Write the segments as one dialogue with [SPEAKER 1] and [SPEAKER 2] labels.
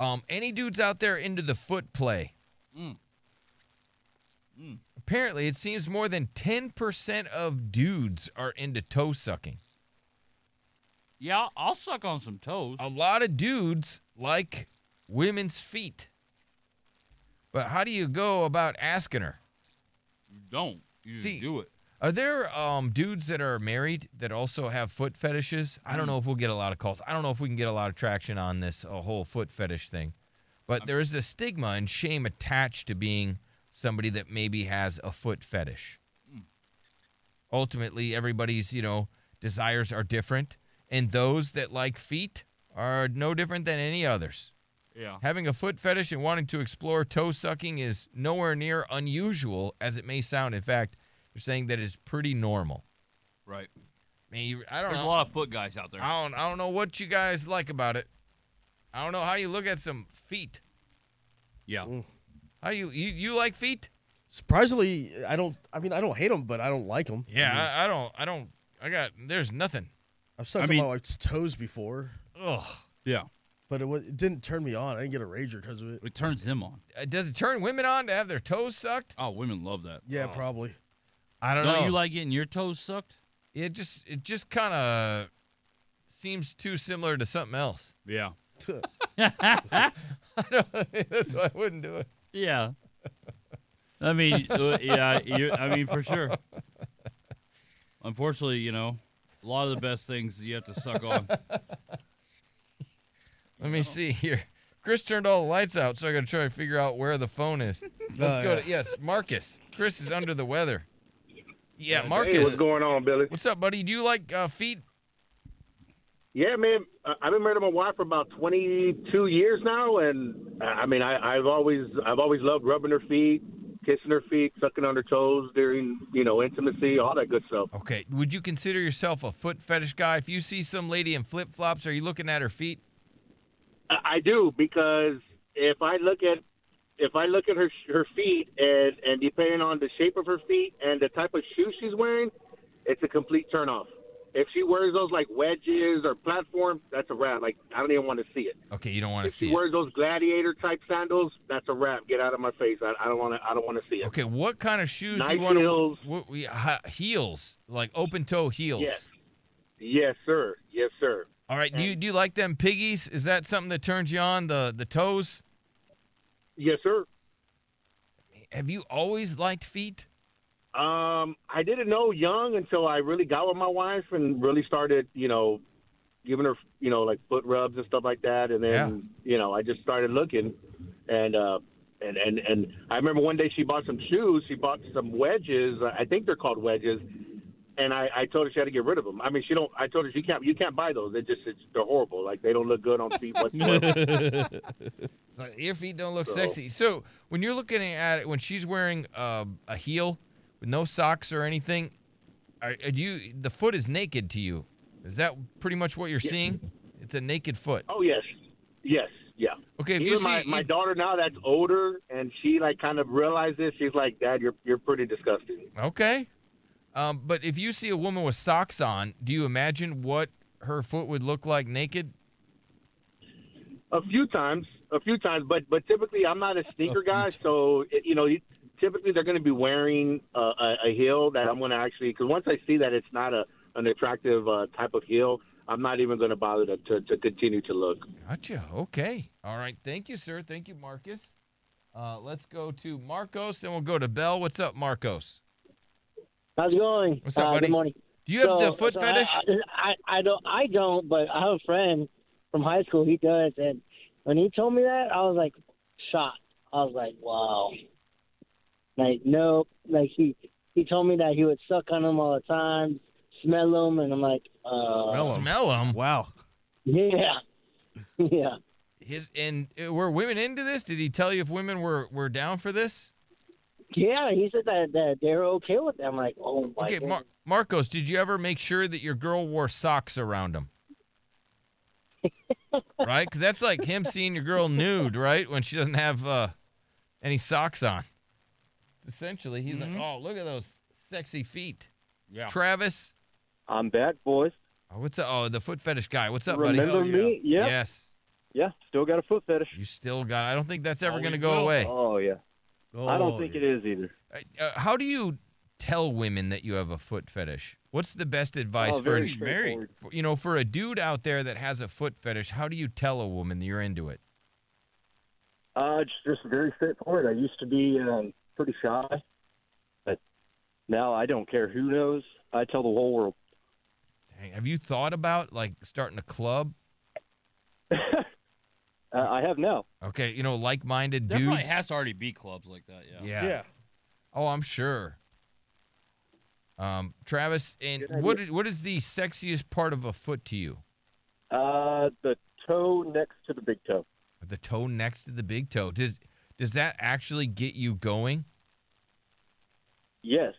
[SPEAKER 1] Um, any dudes out there into the foot play? Apparently, it seems more than 10% of dudes are into toe sucking.
[SPEAKER 2] Yeah, I'll- I'll suck on some toes.
[SPEAKER 1] A lot of dudes like women's feet. But how do you go about asking her?
[SPEAKER 2] You don't. You just
[SPEAKER 1] See-
[SPEAKER 2] do it.
[SPEAKER 1] Are there um, dudes that are married that also have foot fetishes? I don't know if we'll get a lot of calls. I don't know if we can get a lot of traction on this uh, whole foot fetish thing. But there is a stigma and shame attached to being somebody that maybe has a foot fetish. Ultimately, everybody's, you know, desires are different. And those that like feet are no different than any others.
[SPEAKER 2] Yeah.
[SPEAKER 1] Having a foot fetish and wanting to explore toe sucking is nowhere near unusual as it may sound. In fact, they're saying that it's pretty normal.
[SPEAKER 2] Right.
[SPEAKER 1] I mean, you- I don't
[SPEAKER 2] There's a
[SPEAKER 1] know.
[SPEAKER 2] lot of foot guys out there.
[SPEAKER 1] I don't, I don't know what you guys like about it. I don't know how you look at some feet.
[SPEAKER 2] Yeah.
[SPEAKER 1] How you you, you like feet?
[SPEAKER 3] Surprisingly, I don't. I mean, I don't hate them, but I don't like them.
[SPEAKER 1] Yeah, I, I don't. I don't. I got. There's nothing.
[SPEAKER 3] I've sucked
[SPEAKER 2] I
[SPEAKER 3] on
[SPEAKER 2] mean-
[SPEAKER 3] my wife's toes before,
[SPEAKER 1] Ugh.
[SPEAKER 2] Yeah.
[SPEAKER 3] but it, wa- it didn't turn me on. I didn't get a rager because of it.
[SPEAKER 2] It turns them on.
[SPEAKER 1] Uh, Does it turn women on to have their toes sucked?
[SPEAKER 2] Oh, women love that.
[SPEAKER 3] Yeah, probably.
[SPEAKER 1] I don't
[SPEAKER 2] Don't
[SPEAKER 1] know.
[SPEAKER 2] you like getting your toes sucked?
[SPEAKER 1] it just it just kind of seems too similar to something else.
[SPEAKER 2] Yeah.
[SPEAKER 1] That's why I wouldn't do it.
[SPEAKER 2] Yeah. I mean, uh, yeah, you, I mean for sure. Unfortunately, you know, a lot of the best things you have to suck on.
[SPEAKER 1] Let
[SPEAKER 3] Uh-huh.
[SPEAKER 1] me see here. Chris turned all the lights out, so I got to try to figure out where the phone is. Let's
[SPEAKER 3] Oh,
[SPEAKER 1] go
[SPEAKER 3] yeah.
[SPEAKER 1] to yes, Marcus. Chris is under the weather. Yeah,
[SPEAKER 4] Hey, what's
[SPEAKER 1] Marcus.
[SPEAKER 4] going on, Billy?
[SPEAKER 1] What's up, buddy? Do you like uh, feet?
[SPEAKER 4] Yeah, man, I- I've been married to my wife for about 22 years now, and uh, I mean, I, I've always, I've always loved rubbing her feet, kissing her feet, sucking on her toes during, you know, intimacy, all that good stuff.
[SPEAKER 1] Okay. Would you consider yourself a foot fetish guy? If you see some lady in flip flops, are you looking at her feet?
[SPEAKER 4] I, I do because if I look at, if I look at her her feet, and and depending on the shape of her feet and the type of shoes she's wearing, it's a complete turnoff. If she wears those like wedges or platforms, that's a wrap. Like I don't even want to see it.
[SPEAKER 1] Okay, you don't want to
[SPEAKER 4] If she
[SPEAKER 1] see it.
[SPEAKER 4] wears those gladiator type sandals, that's a wrap. Get out of my face. I, I don't want to. I don't want to see it.
[SPEAKER 1] Okay, what kind of shoes do
[SPEAKER 4] Nice
[SPEAKER 1] you want
[SPEAKER 4] heels.
[SPEAKER 1] to? What, we, ha, heels, like open toe heels.
[SPEAKER 4] Yes. Yes, sir. Yes, sir.
[SPEAKER 1] All right. Do you do you like them piggies? Is that something that turns you on? The the toes?
[SPEAKER 4] Yes, sir.
[SPEAKER 1] Have you always liked feet?
[SPEAKER 4] Um, I didn't know young until I really got with my wife and really started, you know, giving her, you know, like foot rubs and stuff like that. And then, you know, I just started looking, and uh, and and and I remember one day she bought some shoes. She bought some wedges. I think they're called wedges. And I, I told her she had to get rid of them. I mean, she don't. I told her she can't. You can't buy those. They just it's, they're horrible. Like they don't look good on feet whatsoever.
[SPEAKER 1] It's like your feet don't look
[SPEAKER 4] So-
[SPEAKER 1] sexy. So when you're looking at it, when she's wearing uh, a heel with no socks or anything, are, are you the foot is naked to you? Is that pretty much what you're seeing? It's a naked foot.
[SPEAKER 4] Oh yes, yes, yeah.
[SPEAKER 1] Okay, if you
[SPEAKER 4] Even my,
[SPEAKER 1] see-
[SPEAKER 4] my daughter now that's older, and she like kind of realizes she's like, Dad, you're you're pretty disgusting.
[SPEAKER 1] Okay. Um, but if you see a woman with socks on, do you imagine what her foot would look like naked?
[SPEAKER 4] A few times, a few times, but but typically I'm not a sneaker guy, so it, you know, you- typically they're going to be wearing a, a, a heel that I'm going to actually because once I see that it's not a an attractive uh, type of heel, I'm not even going to bother to, to to continue to look.
[SPEAKER 1] Gotcha. Okay. All right. Thank you, sir. Thank you, Marcus. Uh, let's go to Marcos, and we'll go to Bell. What's up, Marcos?
[SPEAKER 5] How's it going?
[SPEAKER 1] What's up,
[SPEAKER 5] uh,
[SPEAKER 1] buddy?
[SPEAKER 5] Good morning.
[SPEAKER 1] Do you have
[SPEAKER 5] So-
[SPEAKER 1] the foot
[SPEAKER 5] so I-
[SPEAKER 1] fetish?
[SPEAKER 5] I, I, I don't. I don't. But I have a friend from high school. He does, and when he told me that, I was like shocked. I was like, wow. Like no, like he he told me that he would suck on them all the time, smell them, and I'm like, uh,
[SPEAKER 3] Smell 'em.
[SPEAKER 1] Smell them.
[SPEAKER 3] Wow.
[SPEAKER 5] yeah, yeah.
[SPEAKER 1] His and uh, were women into this? Did he tell you if women were were down for this?
[SPEAKER 5] Yeah, he said that, that they're okay with that. I'm like, oh my
[SPEAKER 1] Okay,
[SPEAKER 5] god.
[SPEAKER 1] Mar- Marcos, did you ever make sure that your girl wore socks around him? right, because that's like him seeing your girl nude, right? When she doesn't have uh, any socks on. Essentially, he's like, "Oh, look at those sexy feet."
[SPEAKER 2] Mm-hmm. Yeah.
[SPEAKER 1] Travis,
[SPEAKER 6] I'm back, boys.
[SPEAKER 1] oh, what's up? Oh, the foot fetish guy. What's up, buddy?
[SPEAKER 6] Remember
[SPEAKER 2] Hell yeah.
[SPEAKER 6] me? Yeah.
[SPEAKER 1] Yes.
[SPEAKER 4] Yeah, still got a foot fetish.
[SPEAKER 1] You still got. I don't think that's ever going to
[SPEAKER 2] Always
[SPEAKER 1] go
[SPEAKER 2] will.
[SPEAKER 1] away.
[SPEAKER 4] Oh yeah, I don't
[SPEAKER 3] Oh,
[SPEAKER 4] think
[SPEAKER 3] yeah.
[SPEAKER 4] it is either.
[SPEAKER 1] Uh, how do you tell women that you have a foot fetish? What's the best advice
[SPEAKER 4] oh,
[SPEAKER 1] for,
[SPEAKER 4] very
[SPEAKER 1] a,
[SPEAKER 2] Married.
[SPEAKER 4] straightforward.
[SPEAKER 1] for- you know for a dude out there that has a foot fetish? How do you tell a woman that you're into it?
[SPEAKER 4] Uh, it's just very straightforward. I used to be um, pretty shy, but now I don't care who knows. I tell the whole world.
[SPEAKER 1] Dang, have you thought about like starting a club?
[SPEAKER 4] Uh, I have now.
[SPEAKER 1] Okay, you know, like-minded
[SPEAKER 2] There probably
[SPEAKER 1] dudes.
[SPEAKER 2] has to already be clubs like that. Yeah.
[SPEAKER 1] yeah.
[SPEAKER 3] Yeah.
[SPEAKER 1] Oh, I'm sure. Um, Travis, and
[SPEAKER 4] Good
[SPEAKER 1] what is, what is the sexiest part of a foot to you?
[SPEAKER 4] Uh, the toe next to the big toe.
[SPEAKER 1] The toe next to the big toe. Does does that actually get you going?
[SPEAKER 4] Yes,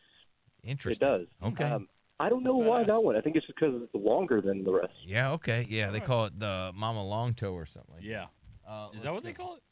[SPEAKER 4] it
[SPEAKER 1] Interesting.
[SPEAKER 4] does.
[SPEAKER 1] Okay.
[SPEAKER 4] Um, I don't know why
[SPEAKER 2] badass.
[SPEAKER 4] that one. I think it's just because it's longer than the rest.
[SPEAKER 1] Yeah, okay. Yeah, they call it the mama long toe or something. like that.
[SPEAKER 2] Yeah.
[SPEAKER 1] Uh,
[SPEAKER 2] Is
[SPEAKER 1] let's
[SPEAKER 2] that what they
[SPEAKER 1] go.
[SPEAKER 2] call it?